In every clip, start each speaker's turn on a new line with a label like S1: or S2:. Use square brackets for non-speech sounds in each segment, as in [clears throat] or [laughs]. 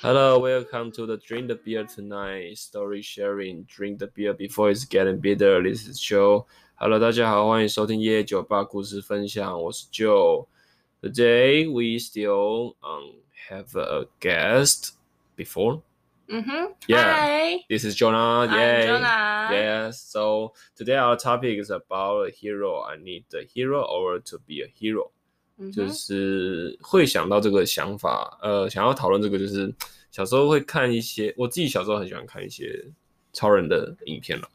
S1: Hello, welcome to the Drink the Beer Tonight Story Sharing. Drink the beer before it's getting bitter. This is Joe. Hello，大家好，欢迎收听夜夜酒吧故事分享，我是 Joe。Today we still um have a guest before.
S2: Mm-hmm.
S1: Yeah.
S2: Hi,
S1: This is Jonah.
S2: I'm
S1: Yay.
S2: Jonah.
S1: Yes. So today our topic is about a hero. I need the hero or to be a hero. 就
S2: Mhm.
S1: 是会想到这个想法，呃，想要讨论这个，就是小时候会看一些，我自己小时候很喜欢看一些超人的影片了，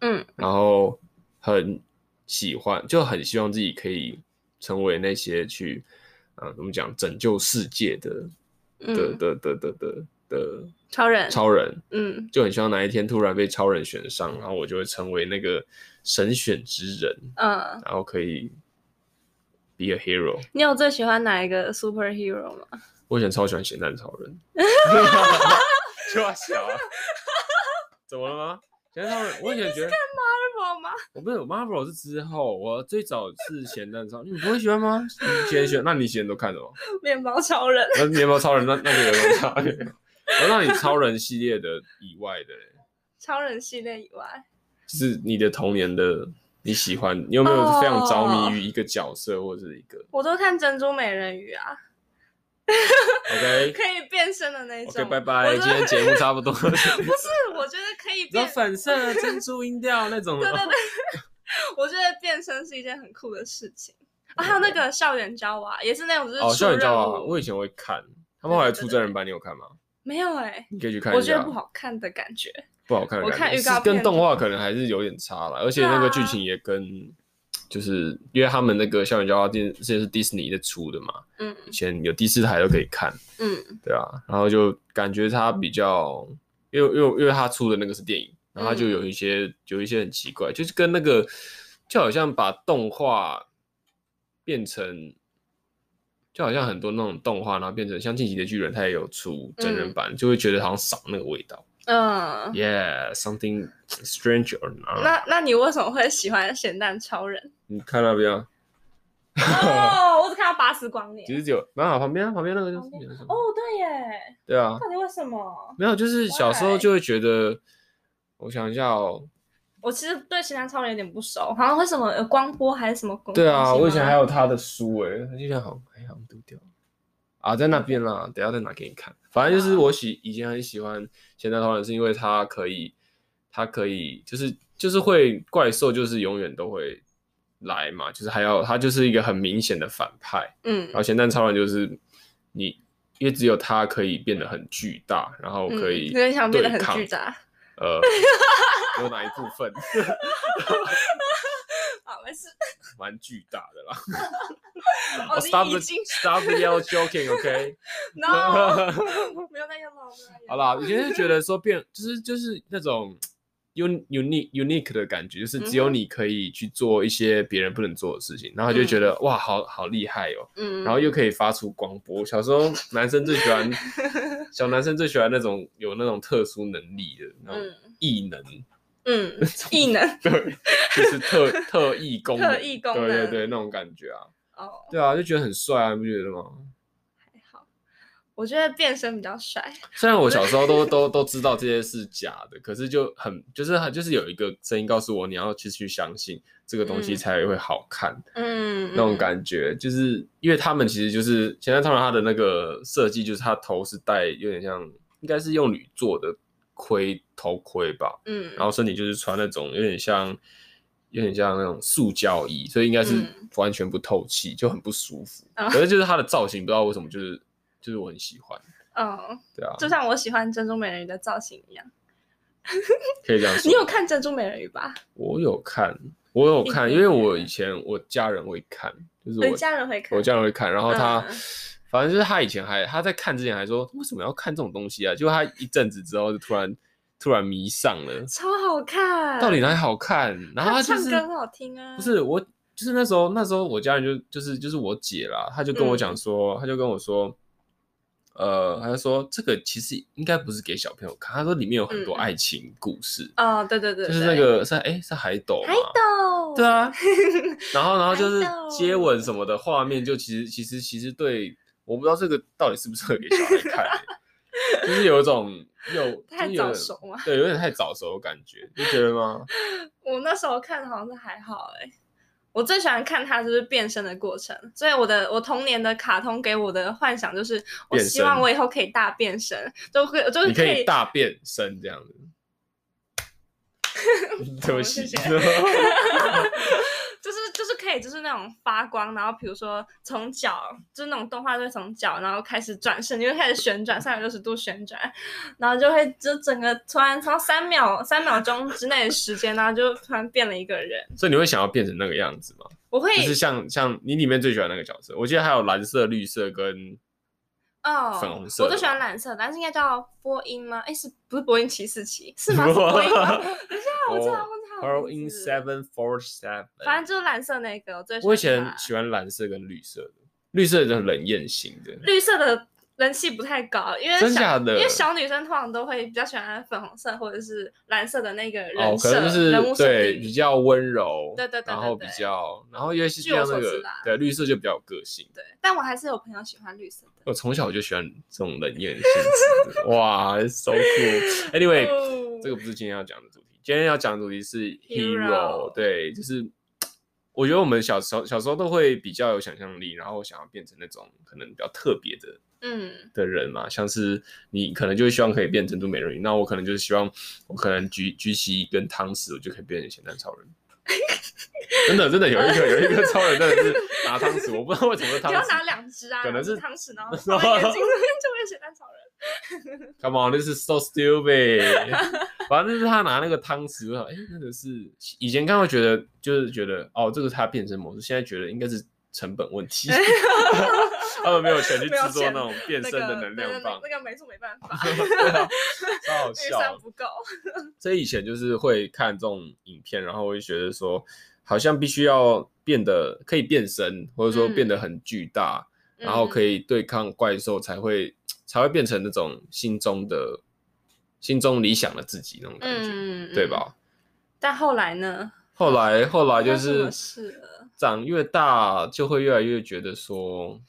S2: 嗯，
S1: 然后很喜欢，就很希望自己可以成为那些去，啊、怎么讲，拯救世界的的
S2: 嗯，
S1: 的的的的的
S2: 超人，
S1: 超人，
S2: 嗯
S1: 就很希望哪一天突然被超人选上，然后我就会成为那个神选之人，
S2: 嗯，
S1: 然后可以 be a hero。
S2: 你有最喜欢哪一个 superhero 吗？
S1: 我以前超喜欢咸蛋超
S2: [laughs]
S1: 人， [laughs] 就要小、啊， [laughs] 怎么了吗？咸蛋超人，我以前觉得
S2: 是吗？ [laughs]
S1: 我不是我 Marvel 是之后，我最早是咸蛋超人，你不会喜欢吗？你先选，那你以前都看什么？
S2: 面包超人，
S1: 那面包超人那那个有什么差别？我让你超人系列的以外的、
S2: [laughs] 超人系列以外，
S1: 就是你的童年的你喜欢，你有没
S2: 哦
S1: 有非常着迷于一个角色或者是一个、
S2: 我都看珍珠美人鱼啊，
S1: o k
S2: [laughs] 可以变身的那
S1: OK，
S2: 种。
S1: 拜
S2: 我
S1: 拜，
S2: 觉
S1: 今
S2: 得
S1: 天节目差不多。
S2: 不是， [laughs] 我觉得可以
S1: 然
S2: 变
S1: 后，反射珍珠音调那种，
S2: 对对对，我觉得变身是一件很酷的事
S1: [laughs]
S2: 情。啊，还有那个校园交娃，也是那种就是
S1: 嗯哦，
S2: 出
S1: 校园交
S2: 任
S1: 啊，
S2: 务，
S1: 我以前会看，他们后来
S2: 对对
S1: 出
S2: 对
S1: 真人版，你有看吗？
S2: 没有哎，
S1: 你可以去看
S2: 我
S1: 一
S2: 觉得
S1: 下
S2: 不，好看的感觉。
S1: 不好看的
S2: 我
S1: 感觉，
S2: 看预
S1: 是
S2: 告
S1: 跟
S2: 片
S1: 动
S2: 就
S1: 画可能还是有点差了，而且那个剧
S2: 对啊
S1: 情也跟。就是因为他们那个校园交啊，电这是迪士尼的出的嘛，
S2: 嗯
S1: 以前有第四台都可以看，
S2: 嗯
S1: 对啊，然后就感觉它比较，因为因为因为它出的那个是电影，然后它就有一些、有一些很奇怪，就是跟那个就好像把动画变成，就好像很多那种动画，然后变成像《进击的巨人》，它也有出真人版，就会觉得好像少那个味道。
S2: 嗯，
S1: Yeah，something strange or not？
S2: 那那你为什么会喜欢咸蛋超人？
S1: 你看那边啊，
S2: 哦，我只看到拔丝光
S1: 其
S2: 年。
S1: 实只有没有旁边啊旁边那个就
S2: 旁
S1: 是
S2: 哦，对耶，
S1: 对啊，
S2: 到底为什么？
S1: 没有就是小时候
S2: Why？
S1: 就会觉得，我想一下哦。
S2: 我其实对咸蛋超人有点不熟，好像为什么有光波还是什么东西吗
S1: 对啊，我以前还有他的书诶、他现在好像哎好像丢掉了啊，在那边啦，等一下再拿给你看。反正就是
S2: 啊
S1: 我喜以前很喜欢咸蛋超人，是因为他可以，他可以就是就是会怪兽就是永远都会来嘛，就是还要他就是一个很明显的反派，
S2: 嗯
S1: 然后咸蛋超人就是你。因为只有他可以变得很巨大，然后可以
S2: 嗯有点想变得很
S1: 对抗
S2: 巨大。
S1: 呃，有哪一部分 [laughs]
S2: 好，没事。
S1: 蛮巨大的啦？
S2: 哦，
S1: stop
S2: 你
S1: the
S2: 已
S1: [laughs]
S2: 经
S1: stop the yell joking，OK？、
S2: no，没有那个了，
S1: 好啦，以前就觉得说变，就是就是那种 un unique unique 的感觉，就是只有
S2: 嗯哼
S1: 你可以去做一些别人不能做的事情，然后就觉得、哇，好好厉害哦，
S2: 嗯，
S1: 然后又可以发出光波。小时候男生最喜
S2: [laughs]
S1: 欢，小男生最喜欢那种有那种特殊能力的那种
S2: 嗯
S1: 异能， [laughs]
S2: 嗯，异能
S1: 对，就是
S2: [laughs]
S1: 特特异功能，
S2: 特异功
S1: 对对
S2: 能
S1: 对，那种感觉啊，
S2: 哦，
S1: 对啊，就觉得很帅啊，你不觉得吗？
S2: 还好。我觉得变身比较帅，
S1: 虽然我小时候都都都知道这些是假的，可是就很就是很就是有一个声音告诉我，你要去去相信这个东西
S2: 嗯
S1: 才会好看，
S2: 嗯，
S1: 那种感觉，就是因为他们其实就是现在他们他的那个设计，就是他头是戴有点像应该是用铝做的盔头盔吧，
S2: 嗯，嗯，
S1: 然后身体就是穿那种有点像有点像那种塑胶衣，所以应该是
S2: 嗯
S1: 完全不透气，就很不舒服。
S2: 啊
S1: 可是就是它的造型不知道为什么就是就是我很喜欢，
S2: 嗯，
S1: 对啊，
S2: 就像我喜欢珍珠美人鱼的造型一样。
S1: 可以这样说。
S2: [laughs] 你有看《珍珠美人鱼》吧？
S1: 我有看，我有看，
S2: 你啊
S1: 因为我以前我家人会看，就是
S2: 哦你
S1: 我
S2: 家人会看？
S1: 我家人会看，然后他、
S2: 嗯
S1: 反正就是他以前还他在看之前还说为什么要看这种东西啊？结果他一阵子之后就突然突然迷上了，
S2: 超好看。
S1: 到底哪里好看？然后
S2: 啊他
S1: 就
S2: 唱
S1: 是
S2: 歌很好听啊。
S1: 不是我就是那时候那时候我家人就就是就是我姐啦，她就跟我
S2: 嗯
S1: 讲说，她就跟我说。呃，她就说这个其实应该不是给小朋友看。她说里面有很多
S2: 嗯嗯
S1: 爱情故事，
S2: 哦，对对对，
S1: 就是那
S2: 对
S1: 个是哎、是海斗吗？
S2: 海
S1: [laughs]
S2: 斗。
S1: 对啊，然后然
S2: [laughs]
S1: 后就是
S2: 哎呦
S1: 接吻什么的画面，就其实其实其实对，我不知道这个到底适不适合给小孩看欸、就是有一种又
S2: [laughs] 太早，熟嘛。
S1: 就是有点对，有点太早熟的感觉，你觉得吗？
S2: 我那时候看好像是还好哎、我最喜欢看他就是变身的过程，所以我的我童年的卡通给我的幻想就是，我
S1: 变
S2: 希望
S1: 身
S2: 我以后可以大变身，就会就是
S1: 你可以大变身这样
S2: [laughs]
S1: 子。 [laughs] 对不起，
S2: 谢谢就是就是可以就是那种发光，然后比如说从脚，就是那种动画就会从脚，然后开始转身，就会开始旋转三百六十度旋转，然后就会就整个突然从三秒三秒钟之内的时间，然后就突然变了一个人。
S1: [laughs] 所以你会想要变成那个样
S2: [laughs]
S1: 子吗？
S2: 我会
S1: 就是像像你里面最喜欢那个角色，我记得还有蓝色、绿色跟
S2: 哦，
S1: 粉红色
S2: 我
S1: 的
S2: 最喜欢蓝色，但是应该叫波音吗？哎，是不是波音七四七？是
S1: [laughs]
S2: 吗？是波音吗？等一下，我知
S1: 哦
S2: 道，我知道。
S1: Pearl in
S2: 7
S1: Seven Four Seven。
S2: 反正就是蓝色那个，我最喜欢它。
S1: 我以前喜欢蓝色跟绿色的，绿色的冷艳型的，
S2: 绿色的人气不太高，因为
S1: 真
S2: 小
S1: 假的
S2: 因为小女生通常都会比较喜欢粉红色或者是蓝色的那个
S1: 哦，
S2: 人
S1: 可
S2: 设、
S1: 能就是
S2: 人物设
S1: 对比
S2: 定。
S1: 较温柔，
S2: 对对对对
S1: 然后比
S2: 对
S1: 较，然后因为是
S2: 据
S1: 像
S2: 我所
S1: 那
S2: 知
S1: 个
S2: 啦
S1: 对绿色就比较有个性。
S2: 对，但我还是有朋友喜欢绿色的。
S1: 我从小就喜欢这种冷艳性质的，哇，so cool。Anyway，、
S2: [laughs] 哦
S1: 这个不是今天要讲的主题，今天要讲的主题是
S2: Hero
S1: hero，对，就是我觉得我们小时候小时候都会比较有想象力，然后想要变成那种可能比较特别的
S2: 嗯，
S1: 的人嘛，像是你可能就会希望可以变珍珠美人鱼，那我可能就是希望我可能举举起一根汤匙，我就可以变成咸蛋超人。真的真的有一个有一个超人真的是拿汤匙，我不知道为什么是汤
S2: 你要拿
S1: 匙。
S2: 两只啊，
S1: 可能是
S2: 两只
S1: [laughs]
S2: 汤匙，然后放在眼睛那边就会写蛋超人。
S1: Come on, this is so stupid 。 [laughs] 反正就是他拿那个汤匙，我想，哎、那个是以前看会觉得就是觉得哦，这个是他变身模式，现在觉得应该是成本问
S2: [laughs]
S1: 题，他们没有钱去
S2: 没有
S1: 制作
S2: 钱
S1: 那种变身的能量棒
S2: 那个对对对、，那个美术没办法，
S1: [laughs] 超好
S2: 预
S1: 笑
S2: 算。不够。
S1: 所以以前就是会看这种影片，然后我就觉得说，好像必须要变得可以变身，或者说
S2: 嗯
S1: 变得很巨大，然后可
S2: 以，
S1: 以对抗怪兽，才会才会变成那种心中的心中理想的自己那种感觉，
S2: 嗯，
S1: 对？吧？
S2: 但后来呢？
S1: 后来后来就
S2: 发生什
S1: 是
S2: 么事了
S1: 长越大，就会越来越觉得说，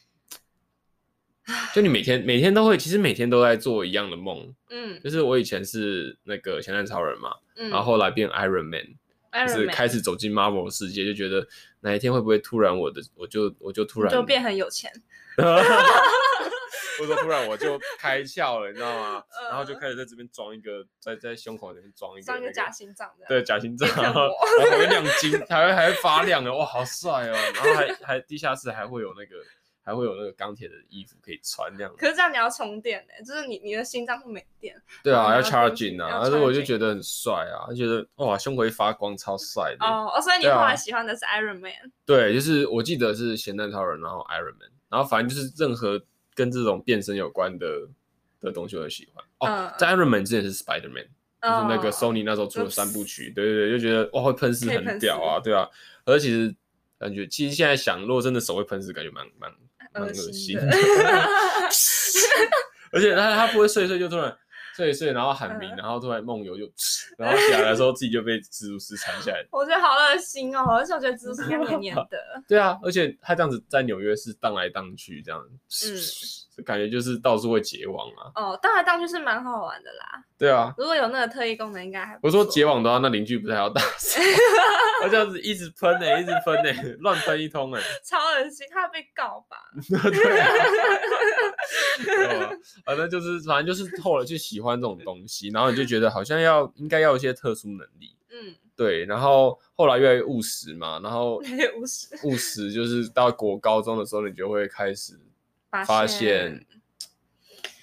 S1: 就你每天每天都会，其实每天都在做一样的梦，
S2: 嗯
S1: 就是我以前是那个咸蛋超人嘛，
S2: 嗯，
S1: 然后后来变 Iron Man。
S2: Iron
S1: 就是
S2: Man
S1: 开始走进 Marvel 的世界，就觉得哪一天会不会突然我的我就我就突然
S2: 就变很有钱。
S1: 或者说突然我就开窍了，你知道
S2: [laughs]
S1: 吗？然后就
S2: 呃
S1: 开始在这边装一个，在在胸口那边装一个、
S2: 装
S1: 那
S2: 一个假心脏的。
S1: 对，假心脏，
S2: 变成
S1: 然后
S2: 我
S1: 还会亮晶，还会还会发亮的，哇，好帅哦！然后还还地下室还会有那个还会有那个钢铁的衣服可以穿这样。
S2: 可是这样你要充电呢、就是你你的心脏会没电。
S1: 对啊，
S2: 然
S1: 要
S2: 后
S1: charging 啊，
S2: 嗯要
S1: 但是我就
S2: charging
S1: 觉得很帅啊，就觉得哇，胸口一发光，超帅的。
S2: 哦哦，所以你
S1: 对啊
S2: 后来喜欢的是 Iron Man。
S1: 对，就是我记得是咸蛋超人，然后 Iron Man，然后反正就是任何跟这种变身有关的的东西我都喜欢。哦，
S2: 嗯
S1: 在 Iron Man 之前是 Spider Man，、
S2: 哦
S1: 就是那个 Sony 那时候出了
S2: 就
S1: 三部曲，对对对，就觉得哇会喷丝
S2: 可以
S1: 很
S2: 喷
S1: 屌啊，对啊，而且其实感觉其实现在想，如果真的手会喷丝，感觉蛮蛮蛮恶
S2: 呃恶
S1: 心
S2: 心
S1: 的 [laughs]
S2: [laughs] 的，
S1: 而且他他不会睡一睡就突然。睡一睡，然后喊名，
S2: 嗯
S1: 然后突然梦游就，然后起来的时候自己就被蜘蛛丝缠起来，。
S2: 我觉得好恶心哦，而且我觉得蜘蛛丝应该黏黏的
S1: 对啊，而且他这样子在纽约市荡来荡去，这样，
S2: 嗯
S1: 就感觉就是到处会结网啊。
S2: 哦，荡来荡去是蛮好玩的啦。
S1: 对啊，
S2: 如果有那个特异功能，应该还不
S1: 我说
S2: 错
S1: 结网的话，那邻居不是还要打死？我这样子一直喷呢、欸一直喷呢、乱喷一通哎、
S2: 超恶心，他会被告吧？
S1: [laughs] 对啊，哦反正就是反正就是后来就喜欢这种东西，然后你就觉得好像要应该要有一些特殊能力，
S2: 嗯，
S1: 对，然后后来越来越务实嘛，然后
S2: 那也无视。
S1: 务实就是到国高中的时候，你就会开始发现，嗯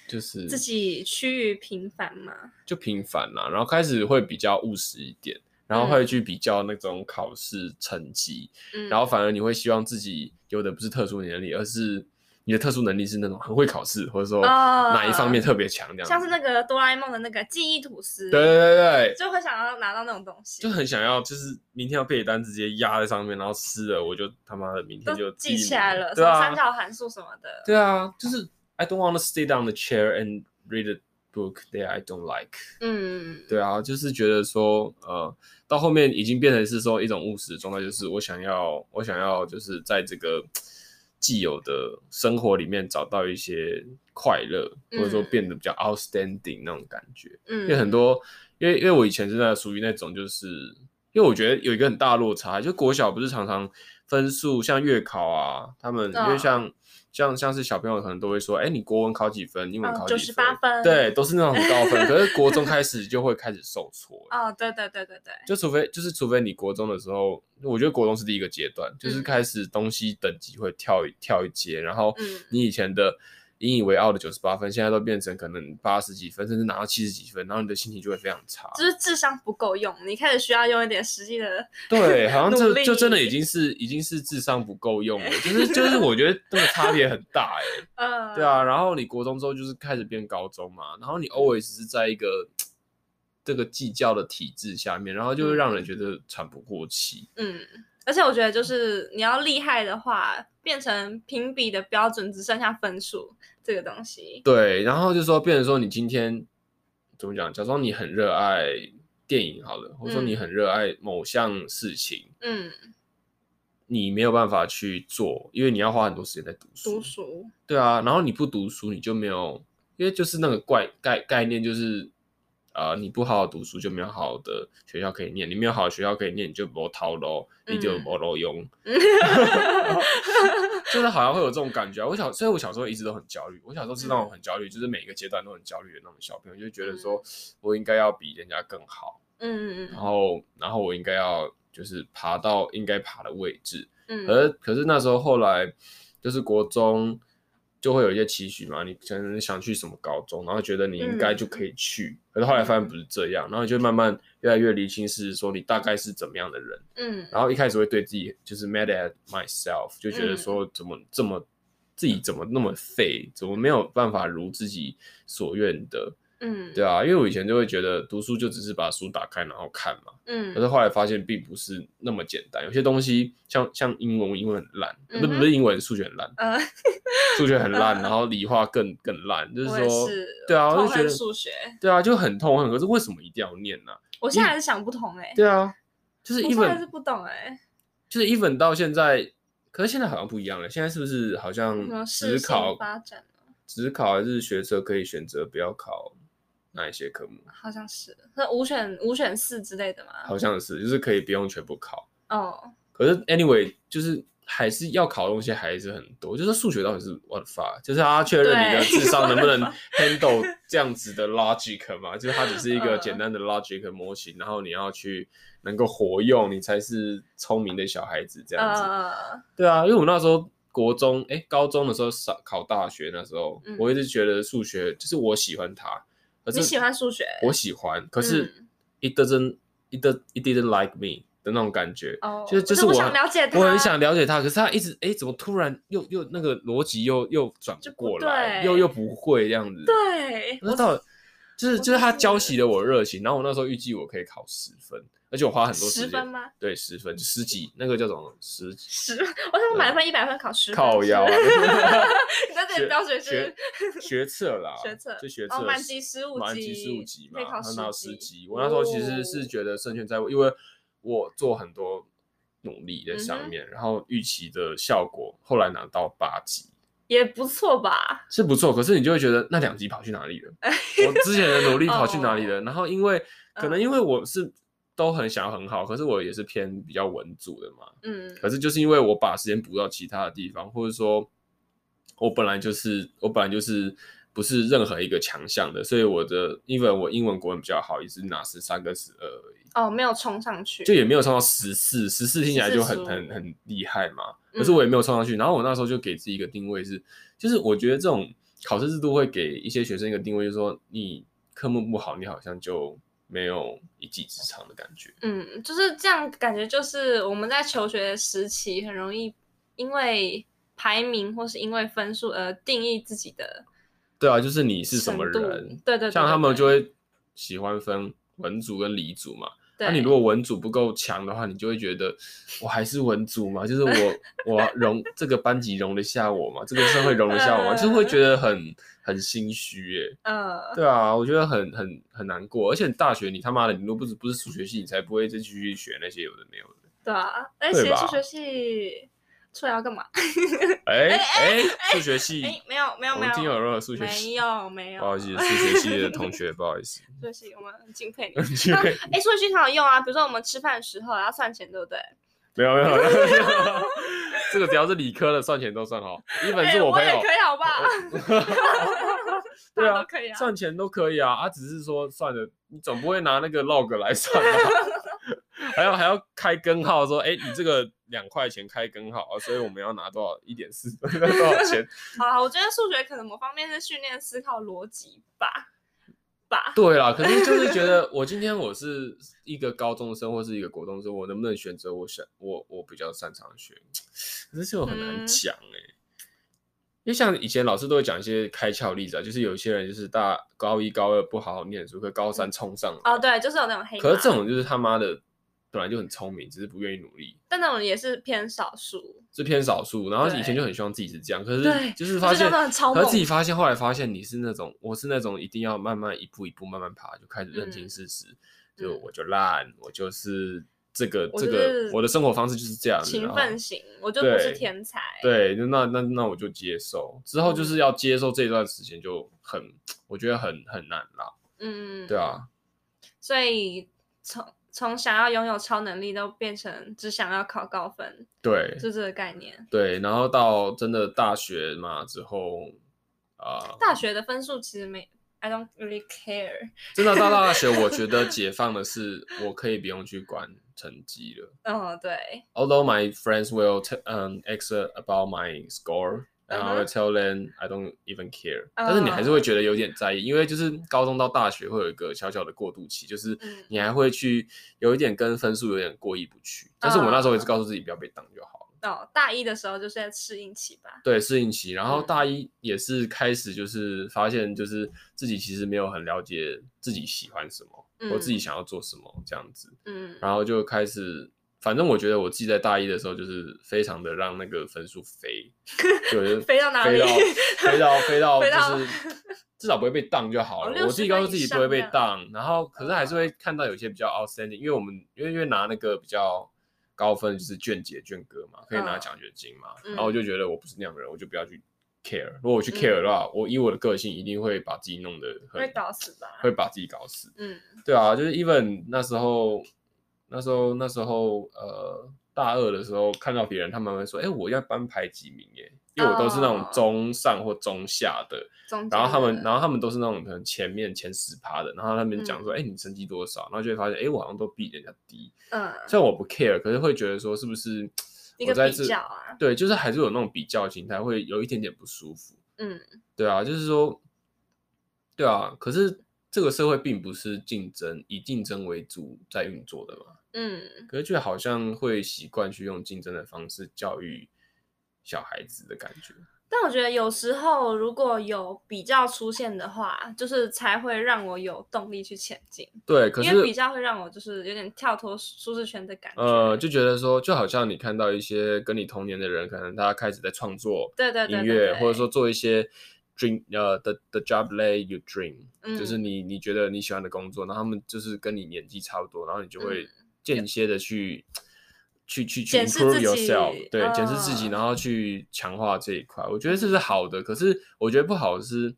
S1: 就是
S2: 自己趋于平凡嘛。
S1: 就平凡啦，然后开始会比较务实一点，然后会去比较那种考试成绩，
S2: 嗯，
S1: 然后反而你会希望自己有的不是特殊能力，而是你的特殊能力是那种很会考试，或者说
S2: 啊
S1: 哪一方面特别强这样子。
S2: 像是那个哆啦 A 梦的那个记忆吐司，
S1: 对对对对，
S2: 就会想要拿到那种东西，
S1: 就很想要，就是明天要背单直接压在上面，然后撕了我就他妈的明天就
S2: 都记起来了，什
S1: 对
S2: 么三
S1: 啊，
S2: 角函数什么的。
S1: 对啊，就是 I don't want to sit on the chair and read a book that I don't like。
S2: 嗯，
S1: 对啊，就是觉得说，呃，到后面已经变成是说一种务实的状态，就是我想要，我想要就是在这个既有的生活里面找到一些快乐，或者说
S2: 嗯
S1: 变得比较 outstanding 那种感觉。因为
S2: 嗯
S1: 很多，因为因为我以前是在属于那种，就是因为我觉得有一个很大的落差，就国小不是常常分数像月考啊，他们因为
S2: 嗯
S1: 像、像像是小朋友可能都会说，哎、你国文考几分，英文
S2: 嗯
S1: 考几分，
S2: 98分
S1: 对，都是那种很高分。可是国中开始就会开始受挫，
S2: 哦，对对对对对，
S1: 就除非就是除非你国中的时候，我觉得国中是第一个阶段，就是
S2: 嗯
S1: 开始东西等级会跳一跳一阶，然后
S2: 嗯
S1: 你以前的引以为傲的九十八分，现在都变成可能八十几分，甚至拿到七十几分，然后你的心情就会非常差。
S2: 就是智商不够用，你开始需要用一点实际的，
S1: 对，
S2: [laughs]
S1: 好像
S2: 努
S1: 这
S2: 力
S1: 就真的已经是已经是智商不够用
S2: [laughs]
S1: 了，就是就是我觉得这个差别很大哎、
S2: 呃，
S1: 对，啊，然后你国中之后就是开始变高中嘛，然
S2: 嗯
S1: 后你 always 是在一个这个计较的体制下面，然后就会让人觉得喘不过气。
S2: 嗯，而且我觉得就是你要厉害的话，变成评比的标准只剩下分数这个东西，
S1: 对，然后就说，变成说你今天怎么讲？假装你很热爱电影好了，或者说你
S2: 嗯
S1: 很热爱某项事情，
S2: 嗯，
S1: 你没有办法去做，因为你要花很多时间在读书。
S2: 读书，
S1: 对啊，然后你不读书，你就没有，因为就是那个怪概概念就是。啊、你不好好读书就没有好的学校可以念，你没有好的学校可以念，你就不逃喽，你就
S2: 嗯
S1: 不喽
S2: [laughs]
S1: 用，就是好像会有这种感觉啊。我小，所以我小时候一直都很焦虑。我小时候是那
S2: 嗯
S1: 种很焦虑，就是每一个阶段都很焦虑的那种小朋友，就觉得说我应该要比人家更好，
S2: 嗯
S1: 然后，然后我应该要就是爬到应该爬的位置。
S2: 嗯嗯
S1: 而可是那时候后来就是国中就会有一些期许嘛，你可能想去什么高中，然后觉得你应该就可以去，可是后来发现不是这样，然后你就慢慢越来越理清事实，说你大概是怎么样的人。
S2: 嗯
S1: 然后一开始会对自己就是 mad at myself，就觉得
S2: 嗯
S1: 说怎么这么自己怎么那么废，怎么没有办法如自己所愿的，
S2: 嗯，
S1: 对啊，因为我以前就会觉得读书就只是把书打开然后看嘛，
S2: 嗯，
S1: 可是后来发现并不是那么简单，有些东西像像英文，我英文很烂，
S2: 嗯
S1: 不
S2: 哼
S1: 不是英文，数学很烂，
S2: 呃，
S1: 数学很烂，然后理化更更烂，就是
S2: 我也
S1: 说，
S2: 是，
S1: 对啊，我
S2: 痛
S1: 就觉
S2: 恨
S1: 得
S2: 数学，
S1: 对啊，就很痛恨，可是为什么一定要念呢、
S2: 我现在还是想不通哎，
S1: 对啊，就是
S2: 我现在还
S1: even
S2: 是不懂哎，
S1: 就是 even 到现在，可是现在好像不一样了。现在是不是好
S2: 什么
S1: 像
S2: 适
S1: 只
S2: 性
S1: 考
S2: 发展啊
S1: 只考还是学车可以选择不要考哪一些科目？
S2: 好像是，那五选五选四之类的嘛，
S1: 好像是，就是可以不用全部考。
S2: 哦，
S1: 可是 anyway，就是还是要考的东西还是很多。就是数学到底是 what the fuck，就是他确认你的
S2: 对
S1: 智商能不能
S2: [laughs] what
S1: 能 handle 这样子的 logic 嘛？就是它只是一个
S2: 嗯
S1: 简单的 logic 模型，然后你要去能够活用，你才是聪明的小孩子这样子。
S2: 呃，
S1: 对啊，因为我那时候国中，哎、高中的时候上考大学那时候，
S2: 嗯
S1: 我一直觉得数学就是我喜欢它，可是
S2: 你喜欢数学？
S1: 我喜欢，可是
S2: 嗯
S1: it doesn't it does it didn't like me 的那种感觉，
S2: 哦，
S1: 就是就是
S2: 我
S1: 我
S2: 想了解他，
S1: 我很想了解它，可是它一直哎、诶怎么突然又又那个逻辑又又转
S2: 就
S1: 不
S2: 不
S1: 过来，
S2: 对
S1: 又又不会这样子，
S2: 对，
S1: 那到底就是
S2: 我
S1: 就是它
S2: 是
S1: 浇熄了我热情，然后我那时候预计我可以考十分，而且我花很多时
S2: 十
S1: 间，
S2: 分吗？
S1: 对十分就十几那个叫什么十几
S2: 十， [laughs] 我想满分一百分考十分，
S1: 靠腰啊。
S2: [laughs] 你 [laughs] 在这里标准
S1: 学
S2: 是 [laughs]
S1: 学测啦，
S2: 学测
S1: 就学测
S2: 哦，满级十五级，
S1: 满级十五级嘛，
S2: 可以考
S1: 然后拿到
S2: 十哦
S1: 十级。我那时候其实是觉得胜券在握，因为我做很多努力在
S2: 嗯
S1: 上面，然后预期的效果后来拿到八级
S2: 也不错吧？
S1: 是不错，可是你就会觉得那两级跑去哪
S2: [laughs]
S1: 里了？我之前的努力跑去哪里
S2: 哦
S1: 了？然后因为可
S2: 嗯
S1: 能因为我是都很想要很好，可是我也是偏比较文组的嘛，
S2: 嗯
S1: 可是就是因为我把时间补到其他的地方，或者说，我本来就是我本来就是不是任何一个强项的，所以我的因为我英文国文比较好，也是拿十三跟十二而已，
S2: 哦，没有冲上去，
S1: 就也没有冲到十四，十四听起来就很
S2: 14
S1: 很很厉害嘛。
S2: 嗯
S1: 可是我也没有冲上去，然后我那时候就给自己一个定位是，就是我觉得这种考试制度会给一些学生一个定位，就是说你科目不好，你好像就没有一技之长的感觉。
S2: 嗯，就是这样，感觉就是我们在求学时期很容易因为排名或是因为分数而定义自己的
S1: 对啊，就是你是什
S2: 程
S1: 么
S2: 度
S1: 人，
S2: 对对对，
S1: 像他们就
S2: 对，
S1: 会喜欢分文组跟理组嘛。
S2: 对
S1: 那啊你如果文组不够强的话，你就会觉得我还是文组嘛，就是我
S2: [laughs]
S1: 我容这个班级容得下我嘛，这个社会容得下我嘛，就是
S2: 嗯
S1: 会觉得很很心虚耶。
S2: 呃，
S1: 对啊，我觉得很很很难过，而且大学你他妈的，你如果不是不是数学系，你才不会再继续学那些有的没有的。
S2: 对啊，而
S1: 对
S2: 且
S1: 吧
S2: 数学系。出来要干嘛？
S1: 哎哎，数学系，
S2: 哎，没有没有
S1: 我
S2: 没
S1: 们听友有
S2: 有，
S1: 任何数学
S2: 没
S1: 系？
S2: 有没有，
S1: 不好意思，数学系
S2: [laughs]
S1: 的同学，不好意思。 [laughs]
S2: 数学系我们很敬佩你。
S1: 你可以
S2: 哎，数学系很好用啊，比如说我们吃饭的时候要算钱，对不对？
S1: 没有没有，没 [laughs] 有这个只要是理科的算钱都算好，一本是
S2: [laughs] 哎
S1: 朋
S2: 也
S1: 友
S2: 可，以，好不好？ [laughs]
S1: [laughs] 对
S2: 大家
S1: 啊
S2: 都可以，啊。
S1: 算钱都可以啊，啊，只是说算了，你总不会拿那个 log 来算吧？
S2: [laughs]
S1: 还要还要开根号说，哎，你这个两块钱开根号，啊所以我们要拿多少一点四 [laughs] 多少钱？
S2: 好啊啦，我觉得数学可能某方面是训练思考逻辑吧，吧。
S1: 对啦，可
S2: [laughs]
S1: 是就是觉得我今天我是一个高中生或是一个国中生，我能不能选择我想我我比较擅长学？可是这种很难
S2: 嗯
S1: 讲哎、因为像以前老师都会讲一些开窍例子啊，就是有些人就是大高一高二不好好念书，可高三冲上来。
S2: 哦，对，就是有那种黑马。
S1: 可是这种就是他妈的本来就很聪明，只是不愿意努力，
S2: 但那种也是偏少数。
S1: 是偏少数。然后以前
S2: 对
S1: 就很希望自己是这样，可是
S2: 对
S1: 就是
S2: 我
S1: 发
S2: 就
S1: 现
S2: 觉得很，超
S1: 可是
S2: 猛
S1: 自己发现后来发现你是那种，我是那种一定要慢慢一步一步慢慢爬，就开始认清
S2: 嗯
S1: 事实，就
S2: 嗯
S1: 我就烂，我就是这个
S2: 我
S1: 这
S2: 就
S1: 个
S2: 是
S1: 我的生活方式就是这样子，
S2: 勤
S1: 然后
S2: 奋型，我就不
S1: 啊对
S2: 是天才。
S1: 对，那那那那我就接受，之
S2: 嗯
S1: 后就是要接受这段时间就很，我觉得很很难啦，
S2: 嗯，
S1: 对。啊，
S2: 所以从从想要拥有超能力，都变成只想要考高分，
S1: 对，
S2: 是这个概念。
S1: 对，然后到真的大学嘛之后，啊、
S2: 大学的分数其实没，I don't really care。
S1: 真的到大学，我觉得解放的是我可以不用去管成绩了。
S2: 嗯，对，
S1: Although my friends will t- um ask about my score. And I will
S2: 嗯哼
S1: tell them I don't even care，、但是你还是会觉得有点在意，因为就是高中到大学会有一个小小的过渡期，就是
S2: 嗯
S1: 你还会去有一点跟分数有点过意不去。
S2: 嗯
S1: 但是我那时候一直告诉自己不要被挡就好了。
S2: 哦，大一的时候就是在适应期吧。
S1: 对适应期，然后
S2: 嗯
S1: 大一也是开始就是发现，就是自己其实没有很了解自己喜欢什么，我自己
S2: 嗯
S1: 想要做什么这样子，
S2: 嗯，
S1: 然后就开始，反正我觉得我自己在大一的时候就是非常的让那个分数
S2: [laughs]
S1: 飞，就是
S2: 飞到哪
S1: 飞
S2: 里？
S1: 到飞到飞到
S2: [laughs] 飞
S1: 就
S2: 到
S1: 是至少不会被当就好
S2: 哦
S1: 了。
S2: 60
S1: 我自己告诉自己不会被
S2: 分以上这啊
S1: 当，然后可是还是会看到有些比较 outstanding，因为我们因为因为拿那个比较高分就是卷姐卷哥嘛，可以拿
S2: 嗯
S1: 奖学金嘛，
S2: 嗯
S1: 然后我就觉得我不是那样的人，我就不要去 care。如果我去 care 的话，我以我的个性一定会把自己弄得很
S2: [laughs] 会搞死吧
S1: 会把自己搞死。
S2: 嗯
S1: 对啊，就是 even 那时候，那时候那时候呃大二的时候看到别人，他们会说，哎、我要班排几名耶，因为我都是那种
S2: 哦
S1: 中上或中下的，
S2: 中间的，
S1: 然后他们然后他们都是那种可能前面前十趴的，然后他们讲说，哎、你成绩多少，然后就会发现，哎、我好像都比人家低，
S2: 嗯，
S1: 虽然我不 care，可是会觉得说是不是
S2: 一
S1: 我
S2: 个
S1: 在
S2: 比
S1: 这
S2: 较啊，
S1: 对，就是还是有那种比较心态，会有一点点不舒服。
S2: 嗯，
S1: 对啊，就是说，对啊，可是这个社会并不是竞争以竞争为主在运作的嘛，
S2: 嗯，
S1: 可是却好像会习惯去用竞争的方式教育小孩子的感觉。
S2: 但我觉得有时候如果有比较出现的话，就是才会让我有动力去前进，
S1: 对，可
S2: 嗯因为比
S1: 是
S2: 较会让我就是有点跳脱舒适圈的感觉。
S1: 呃，就觉得说，就好像你看到一些跟你同年的人，可能他开始在创作
S2: 对对对
S1: 音
S2: 对
S1: 乐，
S2: 对
S1: 或者说做一些 dream 呃的的 job lay you dream，就是
S2: 嗯
S1: 你你觉得你喜欢的工作，然后他们就是跟你年纪差不多，然后你就会
S2: 嗯
S1: 间歇的去、去去去
S2: 检视
S1: improve
S2: 自己
S1: yourself，对，检视自己，
S2: 嗯
S1: 然后去强化这一块，我觉得这是好的。可是我觉得不好的是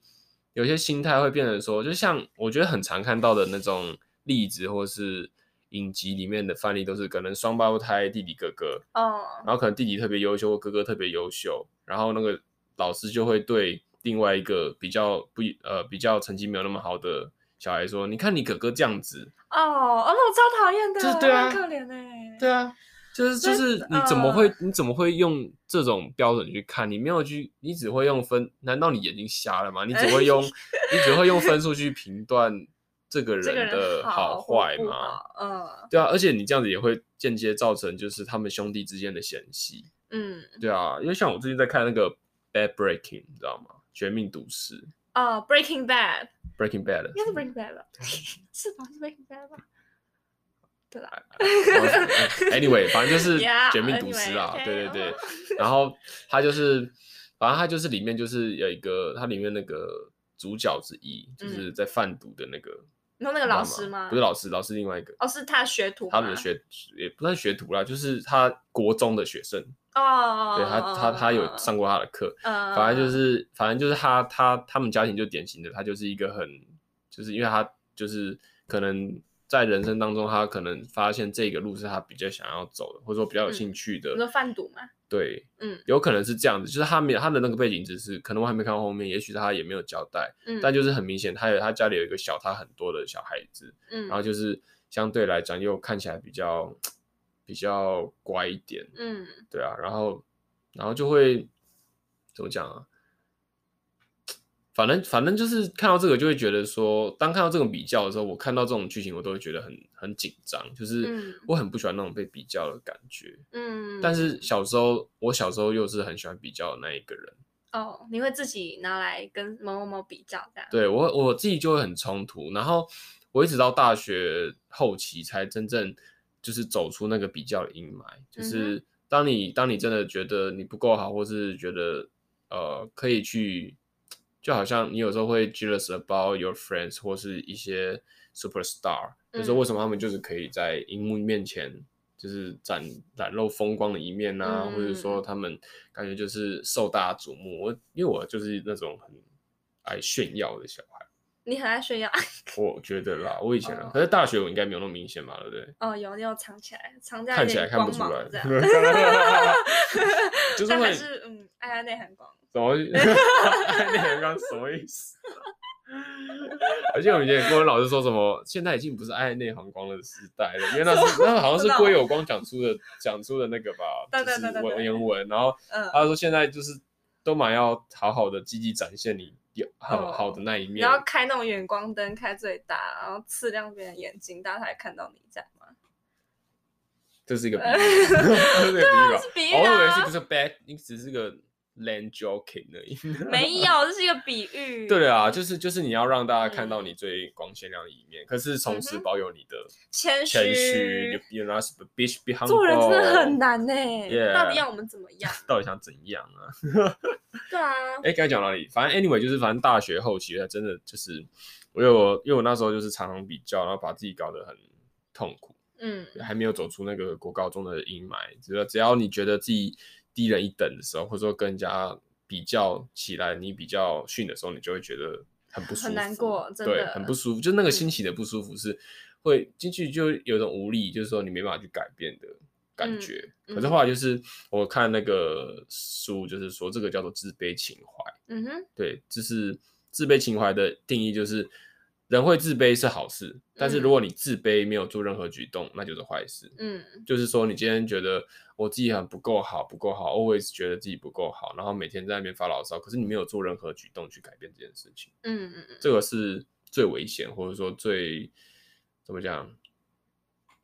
S1: 有些心态会变成说，就像我觉得很常看到的那种例子，或是。影集里面的范例都是可能双胞胎弟弟哥哥，
S2: 哦，
S1: 然后可能弟弟特别优秀，或哥哥特别优秀，然后那个老师就会对另外一个比较不呃比较成绩没有那么好的小孩说：“你看你哥哥这样子，
S2: 哦，哦，那我超讨厌的，呃
S1: 这对啊
S2: 我很可怜哎、
S1: 对啊，就是就
S2: 真
S1: 是
S2: 的
S1: 你怎么会、你怎么会用这种标准去看？你没有去，你只会用分，难道你眼睛瞎了吗？你只会用
S2: 哎
S1: 你只会用分数
S2: [laughs]
S1: 去评断这个
S2: 这个
S1: 人的
S2: 人好或
S1: 坏
S2: 不
S1: 吗？
S2: 好嗯
S1: 对啊，而且你这样子也会间接造成就是他们兄弟之间的嫌隙。
S2: 嗯，
S1: 对啊，因为像我最近在看那个《Bad Breaking》，你知道吗？《绝命毒师
S2: 哦，Breaking Bad，》
S1: （Breaking Bad） [laughs]
S2: 应该是 Breaking Bad 吧？
S1: 嗯
S2: [laughs] 是吧？是 Breaking Bad 吧？对啦，
S1: 哦嗯 Anyway，反正就是
S2: [laughs] Yeah，
S1: 《绝命毒师》啦
S2: anyway，
S1: 对
S2: okay，
S1: 对对
S2: 哦。
S1: 然后他就是，反正他就是里面就是有一个，他里面那个主角之一，就是在贩毒的那个
S2: 你说那个
S1: 你知道
S2: 嗯老师吗
S1: 不是？老师，老师另外一个，
S2: 哦，是他的学徒吗，
S1: 他们的学也不算学徒啦，就是他国中的学生，
S2: 哦，
S1: 对他他他有上过他的课，
S2: 呃，
S1: 反正就是反正就是他他他们家庭就典型的，他就是一个很就是因为他就是可能在人生当中，他可能发现这个路是他比较想要走的，或者说比较有兴趣的，
S2: 嗯你说贩毒吗？
S1: 对，
S2: 嗯，
S1: 有可能是这样子，就是他没有他的那个背景知识，可能我还没看到后面，也许他也没有交代，
S2: 嗯，
S1: 但就是很明显，他有他家里有一个小他很多的小孩子，
S2: 嗯
S1: 然后就是相对来讲又看起来比较比较乖一点，
S2: 嗯
S1: 对啊，然后然后就会怎么讲啊？反正反正就是看到这个就会觉得说，当看到这种比较的时候，我看到这种剧情我都会觉得很很紧张，就是
S2: 嗯
S1: 我很不喜欢那种被比较的感觉。
S2: 嗯，
S1: 但是小时候我小时候又是很喜欢比较的那一个人，
S2: 哦，你会自己拿来跟某某某比较这样，
S1: 对我我自己就会很冲突，然后我一直到大学后期才真正就是走出那个比较的阴霾，就是当你当你真的觉得你不够好，或是觉得呃可以去，就好像你有时候会 jealous about your friends 或是一些 superstar，就说
S2: 嗯
S1: 为什么他们就是可以在荧幕面前。就是展展露风光的一面啊，或者说
S2: 嗯
S1: 他们感觉就是受大家瞩目。我因为我就是那种很爱炫耀的小孩，
S2: 你很爱炫耀 [laughs]
S1: 我觉得啦，我以前啊
S2: 哦，
S1: 可是大学我应该没有那么明显吧，对不对？
S2: 哦，有你有藏起来，藏在
S1: 看起
S2: 有
S1: 来
S2: 点
S1: 看不
S2: 光
S1: 出
S2: 芒
S1: 来
S2: 这，样，
S1: [laughs] 就是
S2: [laughs] 但
S1: 会
S2: 还是嗯，爱爱内涵光，
S1: 怎么？ [laughs] 你刚刚什么意
S2: [laughs]
S1: 思？而且我以前也跟我老师说什么，现在已经不是爱内行光的时代了，因为那
S2: [laughs]
S1: 是那好像
S2: 真
S1: 是
S2: 的哦
S1: 归有光讲出的讲出的那个吧，
S2: 对
S1: 就
S2: 对
S1: 是
S2: 对对
S1: 文
S2: 对
S1: 言文，然后
S2: 嗯，
S1: 他说现在就是都蛮要好好的积极展现你有好
S2: 哦
S1: 好的那一
S2: 你
S1: 面，
S2: 要开那种远光灯开最大，然后刺亮别人眼睛，大家才看到你这样吗？
S1: 这
S2: [laughs]
S1: 是一个比喻，这是一个比喻吧
S2: 是比喻
S1: 哦我以为
S2: 啊
S1: 是，不是 bad，你只是个 land joking 而已。
S2: 没
S1: [laughs]
S2: 有，这是一个比喻。
S1: 对啊，就是就是你要让大家看到你最光鲜亮的一面，可是同时
S2: 嗯嗯哼
S1: 保有你的
S2: 谦
S1: 谦虚。You you not bitch be humble。
S2: 做人真的很。难呢、
S1: Yeah
S2: 到底要我们怎么
S1: [laughs]
S2: 样？
S1: 到底想怎样啊？
S2: 对啊，
S1: 哎，该讲哪里？反正 anyway 就是，反正大学后期才真的就是，我有因为我那时候就是常常比较，然后把自己搞得很痛苦。
S2: 嗯
S1: 还没有走出那个国高中的阴霾，只要只要你觉得自己低人一等的时候，或者说跟人家比较起来，你比较逊的时候，你就会觉得很不舒服，
S2: 很难过真的嗯
S1: 对，很不舒服，就那个心情的不舒服是会进去就有种无力，就是说你没办法去改变的感觉。
S2: 嗯嗯
S1: 可是后来就是我看那个书，就是说这个叫做自卑情怀。
S2: 嗯哼，
S1: 对，就是自卑情怀的定义就是，人会自卑是好事，但是如果你自卑没有做任何举动，那就是坏事。
S2: 嗯
S1: 就是说，你今天觉得我自己很不够好，不够好，always 觉得自己不够好，然后每天在那边发牢骚，可是你没有做任何举动去改变这件事情，
S2: 嗯嗯嗯，
S1: 这个是最危险，或者说最怎么讲，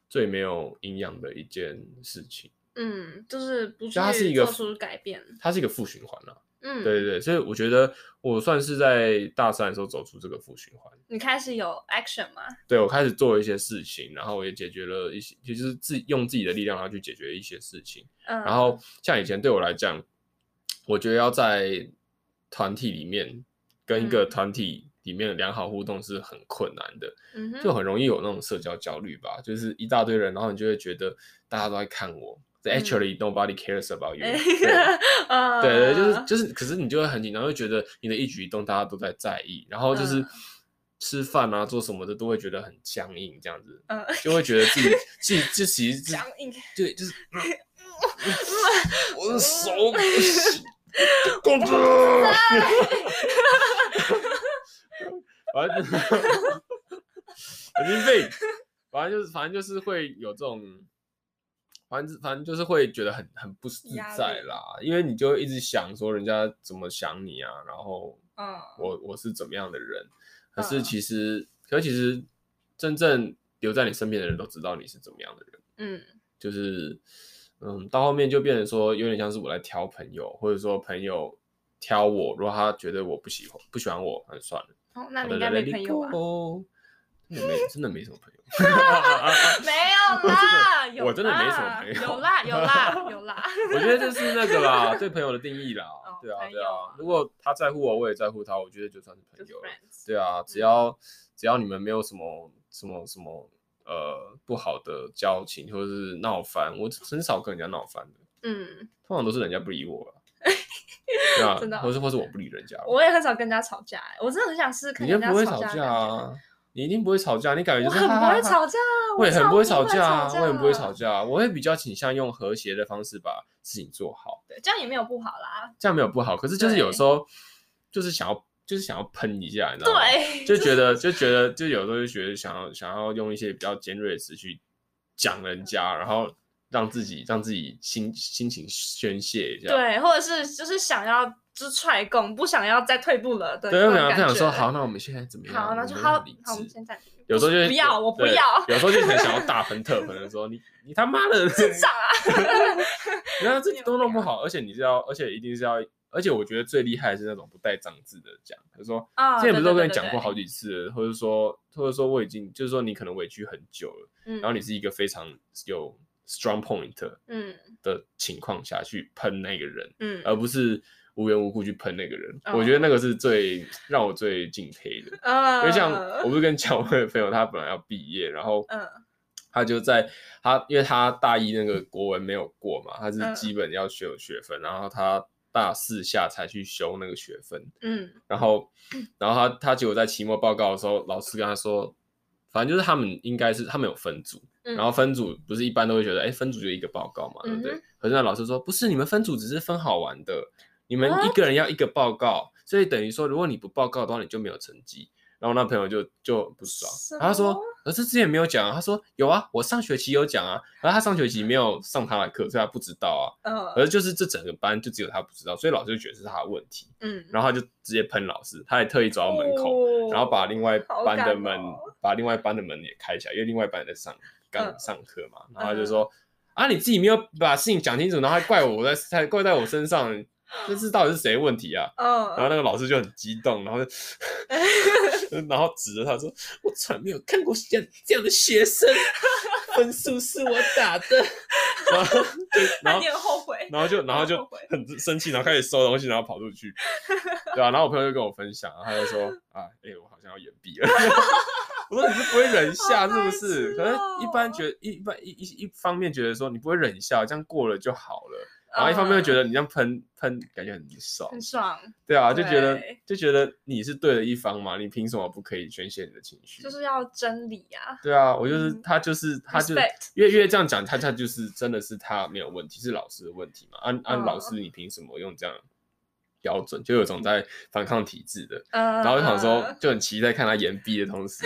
S1: 最没有营养的一件事情。
S2: 嗯，就是不去
S1: 就它是一个
S2: 做出改变。
S1: 它是一个负循环啊。
S2: 嗯，
S1: 对对对，所以我觉得我算是在大三的时候走出这个负循环。
S2: 你开始有 action 吗？
S1: 对我开始做一些事情，然后我也解决了一些，就是自用自己的力量，然后去解决一些事情。
S2: 嗯，
S1: 然后像以前对我来讲，我觉得要在团体里面跟一个
S2: 嗯
S1: 团体里面的良好互动是很困难的，
S2: [laughs] 嗯哼，
S1: 就很容易有那种社交焦虑吧，就是一大堆人，然后你就会觉得大家都在看我。
S2: 嗯
S1: Actually, nobody cares about you
S2: [laughs] 哎
S1: 对。
S2: 呃
S1: 对对，就是就是，可是你就会很紧张，会觉得你的一举一动大家都在在意，然后就是
S2: 嗯
S1: 吃饭啊、做什么的都会觉得很僵硬，这样子，
S2: 嗯 [laughs]
S1: 就会觉得自己自己自己自己
S2: 僵硬，
S1: 对，
S2: [laughs]
S1: 就是嗯我的手不行，公
S2: [laughs]
S1: 主，反
S2: [laughs]
S1: 正神经病，反正就是反正就是会有这种，反正反正就是会觉得很很不自
S2: 压
S1: 在
S2: 力
S1: 啦，因为你就会一直想说人家怎么想你啊，然后
S2: 嗯，
S1: 我我是怎么样的人，可是
S2: 嗯
S1: 其实，可是其实真正留在你身边的人都知道你是怎么样的人。
S2: 嗯
S1: 就是，嗯，到后面就变成说，有点像是我来挑朋友，或者说朋友挑我，如果他觉得我不喜欢不喜欢我，那就算了，
S2: 哦，那
S1: 好
S2: 你
S1: 的
S2: 应该没
S1: ，let it
S2: 朋友吧？
S1: go 真的没，真的没什么朋友。
S2: [laughs] 没有啦，有
S1: [laughs] 我真的没什么
S2: 啦
S1: 朋友
S2: 有啦有啦有
S1: [laughs]
S2: 啦，
S1: 我觉得就是那个啦，对朋友的定义啦，对啊
S2: 朋
S1: 对
S2: 友
S1: 啊
S2: 啊。
S1: 如果他在乎我，我也在乎他，我觉得就算是朋
S2: 就是
S1: 友了。
S2: friends，
S1: 对啊，只
S2: 嗯
S1: 要只要你们没有什么什么什么呃不好的交情或者是闹翻，我很少跟人家闹翻的，
S2: 嗯，
S1: 通常都是人家不理
S2: [laughs]
S1: 我了，对吧
S2: 真的哦
S1: 或是或是我不理人家，
S2: 我也很少跟人家吵架、欸，我真的很想试试看
S1: 你一
S2: 跟
S1: 定
S2: 人
S1: 不
S2: 家
S1: 会
S2: 吵
S1: 吵
S2: 架的
S1: 架
S2: 感觉。
S1: 啊，你一定不会吵架，你感觉
S2: 我
S1: 就是
S2: 很
S1: 哈
S2: 不
S1: 哈
S2: 会
S1: 哈
S2: 吵架，
S1: 我也很不会
S2: 超
S1: 吵架啊，
S2: 架
S1: 我也不会吵架啊，我会比较倾向用和谐的方式把事情做好，
S2: 对，这样也没有不好啦。
S1: 这样没有不好。可是就是有
S2: 对
S1: 时候就是想要就是想要喷一下，你知道吗？
S2: 对，
S1: 嗯就觉得就觉得就有时候就觉得想要想要用一些比较尖锐的词去讲人家，然后让自己让自己心心情宣泄一下。
S2: 对，或者是就是想要就是踹供，不想要再退步了的
S1: 对，
S2: 那
S1: 因
S2: 种
S1: 为
S2: 感
S1: 不
S2: 觉。
S1: 想说好，那我们现在怎么样？
S2: 好，那
S1: 我
S2: 就
S1: 们
S2: 好，
S1: 很
S2: 好
S1: 理，
S2: 我们
S1: 智
S2: 先暂停。
S1: 有时候就是
S2: 不要，我不
S1: 对
S2: 要，
S1: 有时候就很想
S2: [laughs]
S1: 要大喷特喷的说你你他妈的
S2: 智
S1: [laughs]
S2: 障啊！
S1: 然后这都弄不好，而且你知道，而且一定是要，而且我觉得最厉害的是那种不带脏字的讲，就是说，
S2: 啊，
S1: 之前不是都
S2: 对
S1: 跟你讲过好，几次了，或者说，或者说我已经，就是说你可能委屈很久了，
S2: 对对对对嗯，
S1: 然后你是一个非常有 strong point
S2: 嗯
S1: 的情况下去喷那个人，
S2: 嗯，
S1: 而不是无缘无故去喷那个人，
S2: 哦
S1: 我觉得那个是最让我最敬佩
S2: [laughs]
S1: 的。
S2: 呃，
S1: 因为像我不是跟你讲我的朋友，他本来要毕业，然后
S2: 嗯
S1: 他就在他，因为他大一那个国文没有过嘛，他是
S2: 嗯
S1: 基本要修学分，然后他大四下才去修那个学分，
S2: 嗯
S1: 然后，然后他他结果在期末报告的时候，老师跟他说，反正就是他们应该是他们有分组，
S2: 嗯，
S1: 然后分组不是一般都会觉得，哎，分组就一个报告嘛，对不对？
S2: 嗯
S1: 可是那老师说，不是，你们分组只是分好玩的，你
S2: 啊
S1: 们一个人要一个报告，所以等于说，如果你不报告的话，你就没有成绩。然后那朋友就就不爽
S2: 什，
S1: 然后他
S2: 么
S1: 说，可是之前没有讲啊。他说有啊，我上学期有讲啊，然后他上学期没有上他的课，所以他不知道啊。
S2: 呃
S1: 而就是这整个班就只有他不知道，所以老师就觉得是他的问题，
S2: 嗯，
S1: 然后他就直接喷老师，他还特意走到门口，
S2: 口
S1: 然后把另外
S2: 好
S1: 班的
S2: 感
S1: 门、
S2: 哦
S1: 把另外班的门也开起来，因为另外班也在上刚、
S2: 嗯
S1: 上课嘛，然后他就说、啊你自己没有把事情讲清楚，然后还怪我在还怪在我身上，这是到底是谁的问题啊？然后
S2: 嗯，
S1: 那个老师就很激动，然后
S2: [laughs]
S1: 就然后指着他说：“我从来没有看过像这样的学生，分数是我打的。” [laughs] 然后就然
S2: 那
S1: 后
S2: 你很后悔，
S1: 然后就然后就
S2: 后悔
S1: 很生气，然后开始收东西，然后跑出
S2: [laughs]
S1: 去，对啊，然后我朋友就跟我分享，然后他就说啊，哎、我好像要眼闭
S2: [laughs]
S1: 了。我说你是不会忍一下
S2: 好
S1: 是
S2: 白
S1: 不是？
S2: 痴
S1: 可是一般
S2: 哦
S1: 觉得一一般一一一方面觉得说你不会忍一下，这样过了就好了，
S2: 嗯
S1: 然后一方面又觉
S2: 得
S1: 得你这样喷喷感觉很爽，
S2: 很爽，
S1: 对啊，就觉得
S2: 嗯对
S1: 就觉得你是对的一方嘛，你凭什么不可以宣泄你的情绪？
S2: 就是要真理啊，
S1: 对啊，我就是
S2: 嗯
S1: 他，就是他就
S2: Respect
S1: 越越这样讲，他他就是真的是他没有问题，是老师的问题嘛？按按
S2: 嗯
S1: 老师，你凭什么用这样标准？就有种在反抗体制的，
S2: 嗯，
S1: 然后就想说，就很期待看他言毕的同
S2: [laughs]
S1: 时，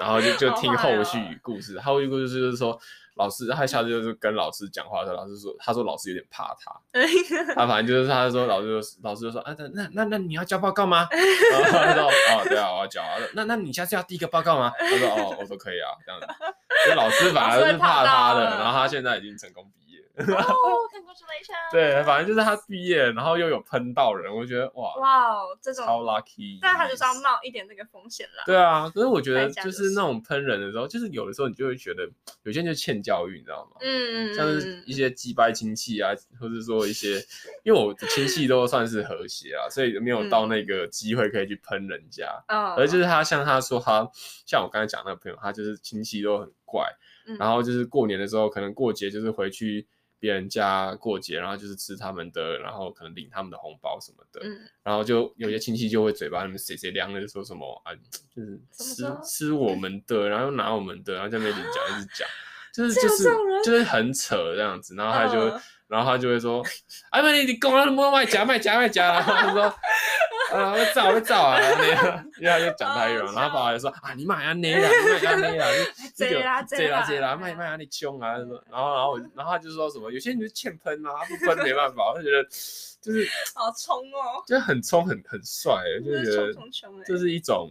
S1: 然后就就
S2: 好
S1: 听
S2: 坏
S1: 后
S2: 哦
S1: 续故事。后续故事就是说，老师他下次就是跟老师讲话的时候，老师说他说老师有点怕他，
S2: 呃 [laughs]
S1: [laughs] 他啊反正就是他说老师就老师就说啊那那那那你要交报告吗？ [laughs] 然后他说哦对啊我要交啊，那那你下次要第一个报告吗？他说哦我说可以啊这样子，所以老师反而是怕他的，
S2: 老师会怕到啊
S1: 然后他现在已经成功毕业了， [laughs]
S2: 哦，congratulations，
S1: 对，反正就是他毕业了，然后又有喷到人，我觉得哇
S2: 哇哦，这种
S1: 超 lucky，
S2: 但他就是要
S1: nice
S2: 冒一点这个风险啦。
S1: 对啊，可是我觉
S2: 代
S1: 得
S2: 价
S1: 就
S2: 就是是
S1: 那种喷人的时候，就是有的时候你就会觉得有些人就欠教育，你知道吗？
S2: 嗯，嗯，
S1: 像是
S2: 嗯
S1: 一些鸡掰亲戚啊，或者说一些，因为我的亲戚都算是和谐啊，所以没有到那个机会可以去喷人家。
S2: 嗯，
S1: 而就是他像他说他像我刚才讲那个朋友，他就是亲戚都很怪，
S2: 嗯
S1: 然后就是过年的时候可能过节就是回去别人家过节，然后就是吃他们的，然后可能领他们的红包什么的，
S2: 嗯
S1: 然后就有些亲戚就会嘴巴里面谁谁凉了就说什么啊，就是
S2: 怎么
S1: 吃
S2: 说
S1: [laughs] 吃我们的，然后拿我们的，然后在那边领奖一直讲，就是
S2: 这
S1: 就
S2: 有
S1: 是
S2: 这种人
S1: 就是很扯这样子，然后他就会、
S2: 嗯
S1: 然后他就会说，哎妈你你公安摸卖夹卖夹卖夹，然后他说。啊，会照会照啊，那样，因为他就讲台语嘛，
S2: 好好笑
S1: 然后爸爸就说啊，你买啊那啦，你买啊那啦，你
S2: [laughs] 这啦嗯
S1: 这
S2: 这
S1: 啦
S2: 啦
S1: 这啦，卖卖啊你凶啊，然后然后我然后他就说什么，有些人就欠喷啊，他不喷没办法，我就觉得就是
S2: 好冲哦，
S1: 就是很冲很很帅欸，就
S2: 真的
S1: 觉
S2: 是
S1: 得
S2: 冲冲冲哎，
S1: 这是一种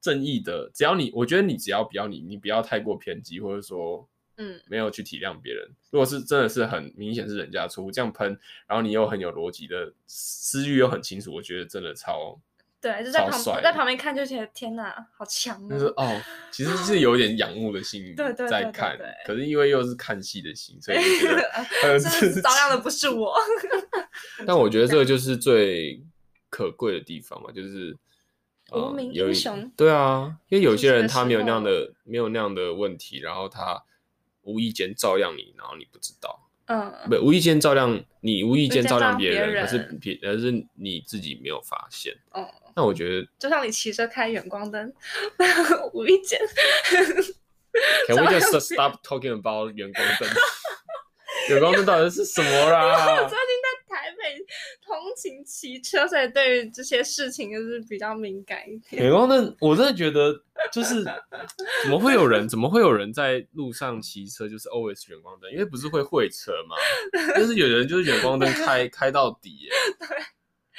S1: 正义的。只要你，我觉得你只要不要你，你不要太过偏激，或者说
S2: 嗯
S1: 没有去体谅别人。如果是真的是很明显是人家错误，这样喷，然后你又很有逻辑的思虑又很清楚，我觉得真的超
S2: 对，就在
S1: 超帅
S2: 旁在旁边看就觉得天哪，好强
S1: 就是
S2: 哦，
S1: 哦，其实是有点仰慕的心
S2: [laughs] 对对对
S1: 在
S2: 对
S1: 看
S2: 对，啊
S1: 可是因为又是看戏的心，所以就
S2: [laughs]
S1: 觉得很
S2: 真
S1: 刺 [laughs]
S2: 是
S1: 激
S2: 遭殃的不是我， [laughs] 啊
S1: 但我觉得这个就是最可贵的地方嘛，就是
S2: 无
S1: 嗯
S2: 名
S1: 有
S2: 英
S1: 一
S2: 雄
S1: 对啊，因为有
S2: 是
S1: 些
S2: 这
S1: 人
S2: 个
S1: 他
S2: 时
S1: 没有那样
S2: 候
S1: 的没有那样的问题，然后他无意间照亮你，然后你不知道，
S2: 嗯，
S1: 不无意间照亮你，无意
S2: 无意
S1: 间
S2: 间
S1: 照
S2: 照
S1: 亮
S2: 亮
S1: 别
S2: 别
S1: 人，可是
S2: 人
S1: 别而是你自己没有发现。
S2: 哦，
S1: [laughs] 那我觉
S2: [laughs]
S1: 得
S2: 就像你骑车开远光灯， [laughs] 无意间
S1: ，Can we
S2: 照亮
S1: just
S2: 别
S1: stop talking about 远光灯？ [laughs] 远光灯到底是什么啊啦
S2: 我最？近在台北通勤骑车，所以对于这些事情就是比较敏感一点。
S1: 远光灯，我真的觉得就是怎么会有人怎么会有人在路上骑车就是 always 远光灯？因为不是会会车嘛，就是有人就是远光灯开开到底耶，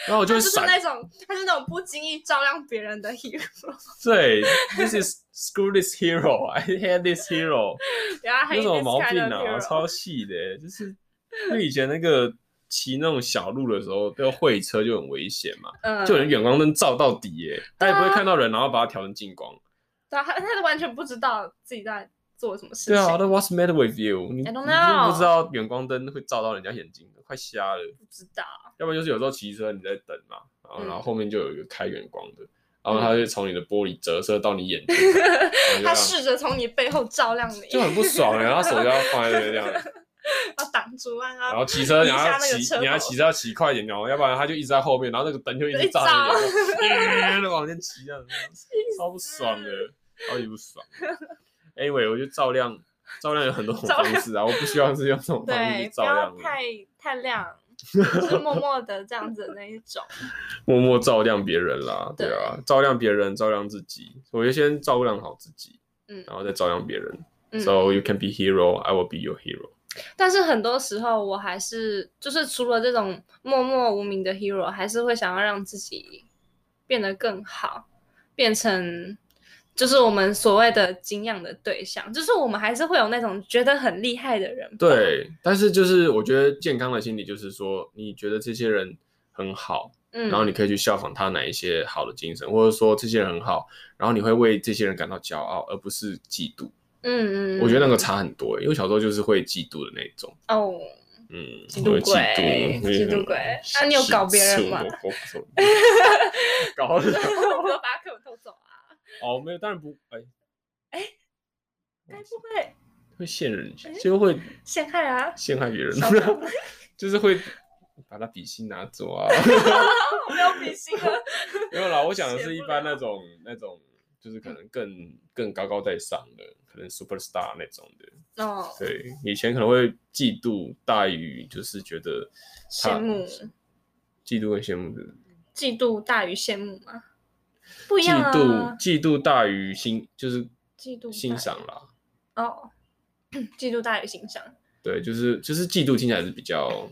S1: 然后我就
S2: 他
S1: 会
S2: 就是
S1: 闪
S2: 那种，他是那种不经意照亮别人的 [laughs] hero，
S1: 对，This is [laughs] screw this hero, [laughs] I hate this hero，
S2: 然后
S1: [laughs]
S2: 还
S1: 有什么毛病啊？超
S2: hero。
S1: 细的欸，就是因为以前那个骑那种小路的时候，要会车就很危险嘛，
S2: 嗯，
S1: 就有人远光灯照到底耶，他也不会
S2: 啊
S1: 看到人，然后把它调成近光。
S2: 对啊，他他完全不知道自己在做什么事情。
S1: 对啊，那 What's the matter with you？你你
S2: I
S1: 就
S2: don't know
S1: 不知道远光灯会照到人家眼睛的，快瞎了。
S2: 不知道。
S1: 要不然就是有时候骑车你在等嘛，然后
S2: 嗯
S1: 然后后面就有一个开远光的，然后它就从你的玻璃折射到你眼
S2: [laughs]
S1: 睛，然后你就这
S2: 他
S1: 样
S2: 试着从你背后照亮你，
S1: [laughs] 就很不爽欸然后手就要放在那边这样，
S2: 要挡住啊，
S1: 然后骑车
S2: 移
S1: 你
S2: 下
S1: 要
S2: 那个
S1: 骑
S2: 车头
S1: 你要骑车要骑快一点哦，要不然他就一直在后面，然后那个灯就一直照着你，然后往前骑这样，
S2: [laughs]
S1: 超不爽的，超级不爽。Anyway，我就照亮照亮有很多种
S2: 照
S1: 方
S2: 亮
S1: 式啊，我不希望是用这种方式
S2: 对
S1: 去，
S2: 不
S1: 照
S2: 要
S1: 亮你，
S2: 太太
S1: [laughs]
S2: 亮，就是默默的这样子的那一种。
S1: 默默照亮别人啦，对
S2: 对
S1: 啊，照亮别人，照亮自己，我就先照亮好自己，
S2: 嗯
S1: 然后再照亮别人。
S2: 嗯
S1: [laughs] So you can be hero, I will be your hero。
S2: 但是很多时候，我还是就是除了这种默默无名的 hero，还是会想要让自己变得更好，变成就是我们所谓的敬仰的对象。就是我们还是会有那种觉得很厉害的人吧。
S1: 对，但是就是我觉得健康的心理就是说，你觉得这些人很好，
S2: 嗯，
S1: 然后你可以去效仿他哪一些好的精神，或者说这些人很好，然后你会为这些人感到骄傲，而不是嫉妒。
S2: 嗯嗯，
S1: 我觉得那
S2: 个
S1: 个差很多欸、因为小时候就是会嫉妒的那种，
S2: 哦，
S1: 嗯，
S2: 嫉妒
S1: 会嫉妒，
S2: 鬼嫉妒鬼啊你有搞别人吗
S1: 嫉妒？我搞
S2: [laughs]
S1: 什么搞什么？
S2: [laughs] 我要把他课偷走啊！
S1: 哦，没有，当然不，哎，
S2: [laughs] 该不会
S1: 会陷人，就会
S2: 陷害啊？
S1: 陷害别人
S2: 小偷，
S1: [laughs] 就是会把他笔芯拿走
S2: [laughs]
S1: 啊。
S2: 我 [laughs] 没有比心了。
S1: 没有啦，我讲的
S2: 写
S1: 是一
S2: 不 [laughs]
S1: 般那
S2: 了
S1: 种那种，就是可能更更高高在上的，可能 super star 那种的。
S2: [laughs] 哦，
S1: 对，以前可能会嫉妒大于就是觉得他
S2: 羡慕
S1: 嫉妒跟羡慕的，
S2: 嫉妒大于羡慕吗？不一
S1: 嫉
S2: 样
S1: 妒
S2: 啊，
S1: 嫉妒大于欣就是
S2: 嫉妒大
S1: 欣
S2: 于
S1: 赏啦。
S2: 哦， [clears throat] 嫉妒大于欣赏，
S1: 对，就是就是嫉妒听起来是比
S2: [sniffs]
S1: 较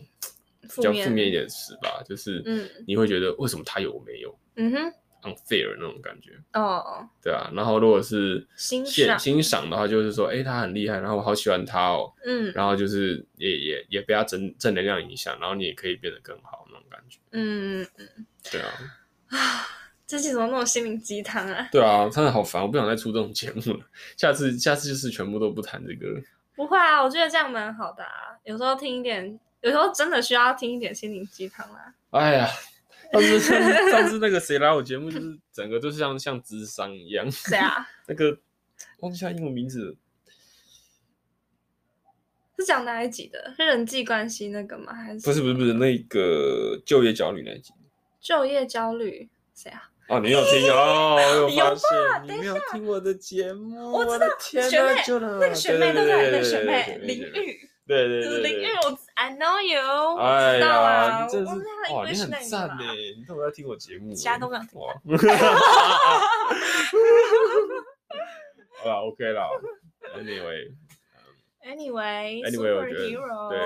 S1: 比
S2: 负
S1: 较
S2: 面
S1: 负面一点的词吧，就是
S2: 嗯
S1: 你会觉得为什么他有我没有
S2: 嗯哼，
S1: unfair 那种感觉。
S2: 哦，
S1: 对啊，然后如果是
S2: 欣
S1: 羡
S2: 赏
S1: 欣赏的话，就是说，哎、他很厉害，然后我好喜欢他哦，
S2: 嗯
S1: 然后就是也也也被他正正能量影响，然后你也可以变得更好那种感觉。
S2: 嗯，
S1: 对啊，
S2: 这期怎么那么心灵鸡汤啊？
S1: 对啊，真的好烦，我不想再出这种节目了。下次下次就是全部都不谈这个。
S2: 不会啊，我觉得这样蛮好的啊，有时候听一点，有时候真的需要听一点心灵鸡汤啊。
S1: 哎呀，上次上次上次那个谁来我节目，就是整个都是像像智商一样。
S2: 谁啊？
S1: 那个忘记他英文名字了，
S2: 是讲哪一集的？是人际关系那个吗？还是
S1: 不是不是不是那个就业焦虑那一集。
S2: 就业焦虑？谁啊？
S1: 哦，你有听哦，我
S2: 有
S1: 有发
S2: 吧
S1: 现你
S2: 等一
S1: 没有听我的节目，
S2: 我知
S1: 的
S2: 道
S1: 天
S2: 学
S1: 哪，
S2: 妹
S1: 救了
S2: 那个学妹都在，那个学妹
S1: 林
S2: 林
S1: 玉，
S2: 玉，
S1: 对对
S2: 就是
S1: 对，
S2: 林玉
S1: 对，
S2: 我，I know you，我
S1: 哎
S2: 知道
S1: 呀，
S2: 啊，
S1: 你真的
S2: 我知道
S1: 是
S2: 她
S1: 哇，你
S2: English
S1: 很赞
S2: 那
S1: 呢
S2: 个啊，
S1: 你都没有在听我节目欸，
S2: 其他都没有听
S1: 哇。 [laughs] 好啦 OK 啦，Anyway，Anyway，我觉得
S2: ，Anyway，Anyway，Superhero，
S1: 对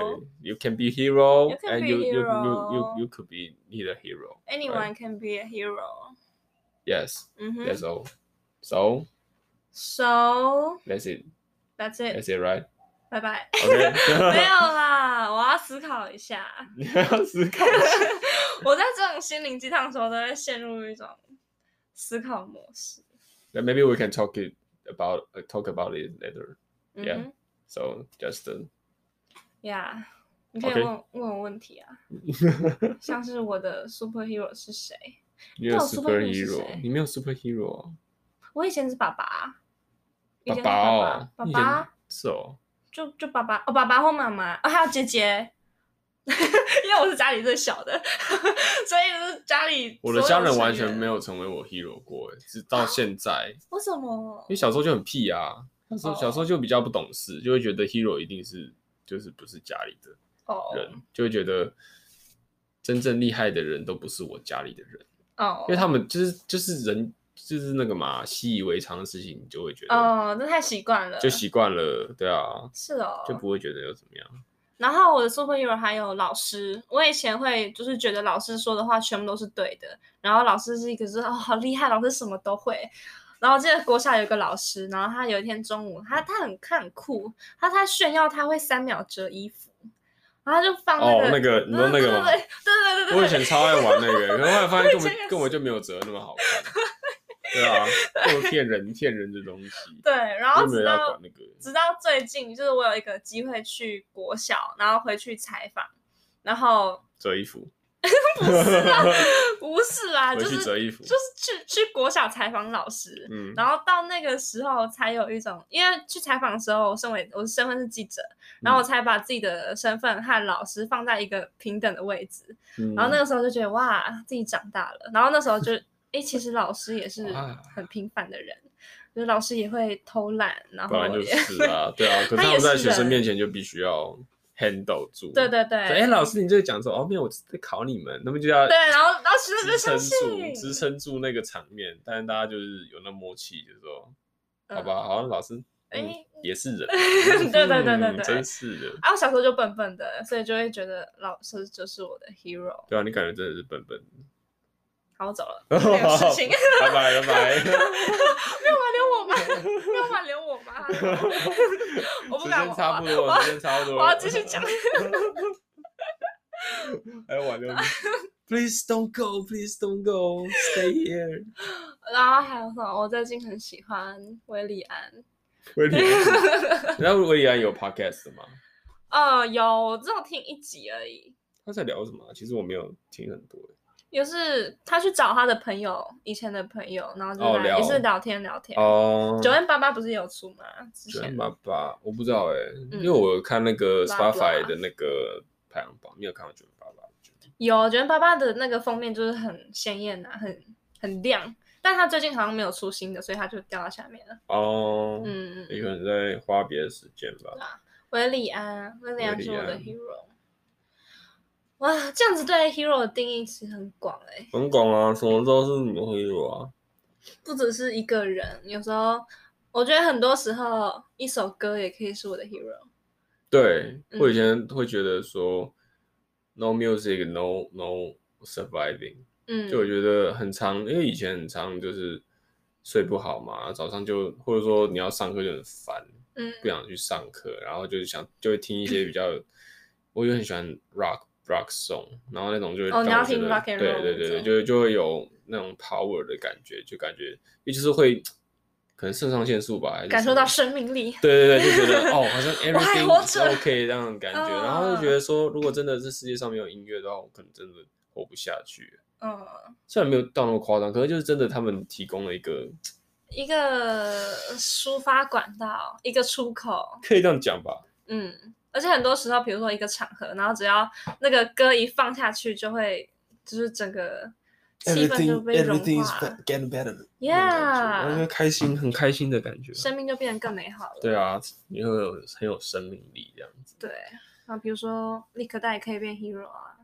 S1: ，You can be hero
S2: You can
S1: and
S2: be
S1: you you you you
S2: hero
S1: you could be neither hero。
S2: Anyone can be a hero。
S1: Yes,
S2: 嗯哼
S1: that's all. So
S2: ，So
S1: that's it.
S2: that's it，
S1: That's it, right?
S2: 拜拜。
S1: OK， [laughs]
S2: 没有啦，我要思考一下。
S1: 你要思考一下。
S2: 我在这种心灵鸡汤的时候，都会陷入一种思考模式。
S1: Then Maybe we can talk it about uh, talk about it later.
S2: 嗯
S1: Yeah
S2: 哼
S1: So just uh,
S2: 呀，你可以
S1: OK
S2: 问问我问题啊，像是我的 superhero 是谁？
S1: 你有
S2: 到底 superhero 是
S1: superhero，
S2: 谁
S1: 你没有 superhero 啊
S2: 我以前是爸爸，以
S1: 爸
S2: 前是
S1: 爸
S2: 爸
S1: 哦，
S2: 爸
S1: 你以
S2: 爸
S1: 前是哦，
S2: 就就爸爸哦，爸爸或妈妈哦，还有姐姐， [laughs] 因为我是家里最小的， [laughs] 所以就是家里
S1: 我的家人完
S2: 所有
S1: 全
S2: 成啊
S1: 没有成为我 hero 过，哎直到现在，
S2: 为什么
S1: 因为小时候就很屁啊，那时候
S2: 哦
S1: 小时候就比较不懂事，就会觉得 hero 一定是就是不是家里的
S2: 哦
S1: 人，就会觉得真正厉害的人都不是我家里的人，
S2: 哦
S1: 因为他们就是就是人就是那个嘛，习以为常的事情，你就会觉得
S2: 哦，这太习惯了，
S1: 就习惯了，对啊，
S2: 是哦，
S1: 就不会觉得有怎么样。
S2: 然后我的 superhero 还有老师，我以前会就是觉得老师说的话全部都是对的，然后老师是一个就是哦好厉害，老师什么都会。然后我记得国小有一个老师，然后他有一天中午，他他很他很酷，他他炫耀他会三秒折衣服，然后他就放那个、嗯
S1: 哦，那个你说那个吗？
S2: 对对对对对对，
S1: 我以前超爱玩那个，
S2: [laughs]
S1: 可是后来发现根
S2: 我以前也
S1: 本根
S2: 是根
S1: 本
S2: 本
S1: 就没有折那么好看。对啊，都骗人骗人的东西，
S2: 对，然后
S1: 根本
S2: 直
S1: 要
S2: 到
S1: 管那个。
S2: 直到最近，就是我有一个机会去国小，然后回去采访，然后 [laughs]
S1: 折衣服，
S2: 不是啦，
S1: 回
S2: 啊就
S1: 去
S2: 是
S1: 折衣服
S2: 就。是去去国小采访老师，
S1: 嗯，
S2: 然后到那个时候才有一种，因为去采访的时候，我身为我的身份是记者，
S1: 嗯
S2: 然后我才把自己的身份和老师放在一个平等的位置。
S1: 嗯
S2: 然后那个时候就觉得哇，自己长大了。然后那时候就，哎，其实老师也是
S1: 哇
S2: 很平凡的人，就是老师也会偷懒，然
S1: 本
S2: 后
S1: 来就
S2: 也
S1: 是啊，对啊，可是
S2: 他
S1: 他
S2: 也
S1: 们在
S2: 是
S1: 学生
S2: 人
S1: 面前就必须要 handle 住。
S2: [laughs] 对对
S1: 说哎，
S2: 对。
S1: 老师，你这个讲说哦，没有，我是在考你们，他们就要
S2: 对，然后然后学生就
S1: 支撑
S2: 相
S1: 住，支
S2: 信，
S1: 撑住那个场面，但是大家就是有那默契，就是说，
S2: 嗯
S1: 好吧，好，老师，嗯
S2: 哎，
S1: 也是人，
S2: [laughs] 对对对对
S1: 嗯
S2: 对
S1: 真是的，
S2: 啊，我小时候就笨笨的，所以就会觉得老师就是我的 hero。
S1: 对啊，你感觉真的是笨笨的。
S2: 好，我走了，没有事情。
S1: [laughs] 拜拜拜拜，
S2: 没有挽留我吗？没 [laughs] 有挽留我吗？ [laughs]
S1: [laughs]
S2: 我不
S1: 时
S2: 敢
S1: 间差
S2: 挽
S1: 不
S2: 留，
S1: 多，
S2: 我
S1: 时间差不多，
S2: 我要继续讲。
S1: 还有挽留
S2: [laughs]
S1: 你 Please don't go, please don't go, stay [laughs] here。
S2: 然后还有什么？我最近很喜欢维里安。
S1: 维里安，然后维里安有 podcast 的吗？
S2: 呃，有，我只有听一集而已。
S1: 他在聊什么啊？其实我没有听很多。欸
S2: 也是他去找他的朋友，以前的朋友，然后就
S1: 哦
S2: 来、
S1: 聊
S2: 也是聊天聊天。
S1: 哦，嗯
S2: 九 N 八八不是有出吗？之
S1: 九
S2: 前
S1: 零八八，我不知道哎，因
S2: 嗯
S1: 为我有看那个
S2: 拉布拉
S1: Spotify 的那个排行榜，没有看到九零八八。
S2: 有九 N 八八的那个封面就是很鲜艳啊，很很亮。但他最近好像没有出新的，所以他就掉到下面了。
S1: 哦，
S2: 嗯，啊
S1: 也可能在花别的时间吧。
S2: 维里安，维里安是啊我
S1: 维
S2: 的
S1: 里
S2: hero。哇，这样子对 hero 的定义其实很广哎、
S1: 很广啊，什么都是你们会有啊。
S2: 不只是一个人，有时候我觉得很多时候一首歌也可以是我的 hero。
S1: 对，
S2: 嗯
S1: 我以前会觉得说、n o music, no no surviving，
S2: 嗯，
S1: 就我觉得很长，因为以前很长就是睡不好嘛，早上就或者说你要上课就很烦，
S2: 嗯
S1: 不想去上课，然后就想就会听一些比较，我也很喜欢 rock rock song，然后那种就会
S2: 哦你
S1: 让
S2: 要
S1: 我觉
S2: 听
S1: 得
S2: rock and
S1: 对
S2: roll
S1: 对对对，
S2: 那种
S1: 就就会有那种 power 的感觉，就感觉也就是会可能肾上腺素吧，还是
S2: 感
S1: 什么
S2: 受到生命力。
S1: [laughs] 对对对，就觉
S2: [laughs]
S1: 得哦，好像
S2: 我还活
S1: everything is
S2: 着嗯
S1: OK 这样的感觉，然后就觉得说，如果真的这世界上没有音乐的话，我可能真的活不下去。
S2: 嗯，
S1: 虽然没有到那么夸张，可是就是真的，他们提供了一个
S2: 一个抒发管道，一个出口。
S1: 可以这样讲吧，
S2: 嗯，而且很多时候，比如说一个场合，然后只要那个歌一放下去，就会就是整个气氛就被融化了，
S1: getting better，
S2: Yeah
S1: 然后就开心，很开心的感觉。
S2: 生命就变得更美好了。
S1: 对啊，你会有很有生命力这样子。
S2: 对，然后比如说立可带也可以变 hero 啊，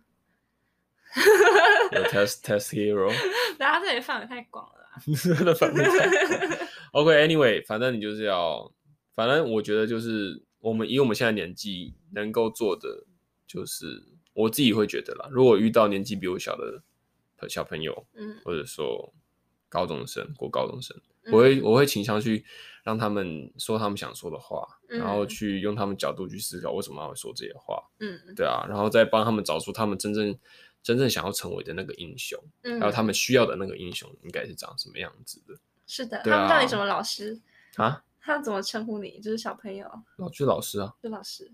S1: 有 test test hero，
S2: 大啊家这里范围太广了啊啦。
S1: [laughs] 真的反正
S2: [laughs]
S1: 太 OK，Anyway，、反正你就是要，反正我觉得就是我们以我们现在年纪能够做的，就是我自己会觉得啦，如果遇到年纪比我小的朋小朋友，
S2: 嗯，
S1: 或者说高中生或高中生，
S2: 嗯
S1: 我会我会倾向去让他们说他们想说的话，然后
S2: 嗯
S1: 去用他们角度去思考为什么他会说这些话，
S2: 嗯
S1: 对啊，然后再帮他们找出他们真正真正想要成为的那个英雄，
S2: 嗯，
S1: 还有他们需要的那个英雄应该是长什么样子的。
S2: 是的，
S1: 对
S2: 他们叫
S1: 啊
S2: 你什么老师？
S1: 啊，
S2: 他们怎么称呼你？就是小朋友，
S1: 老就老师啊，
S2: 就老师，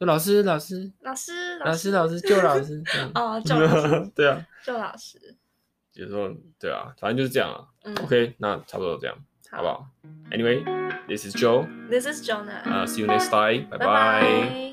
S1: 就老师老师
S2: 老师，
S1: 老师哦
S2: 师，
S1: [laughs] 老师就老师，这样嗯
S2: 哦，就老师，
S1: [laughs] 对啊，
S2: 就老师，
S1: 有时候对啊，反正就是这样啊。 [laughs]
S2: 嗯
S1: OK，那差不多这样，好不好？Anyway，this is Joe. 呃
S2: This is Jonah.
S1: Uh, see you next time. 嗯拜拜。
S2: 拜。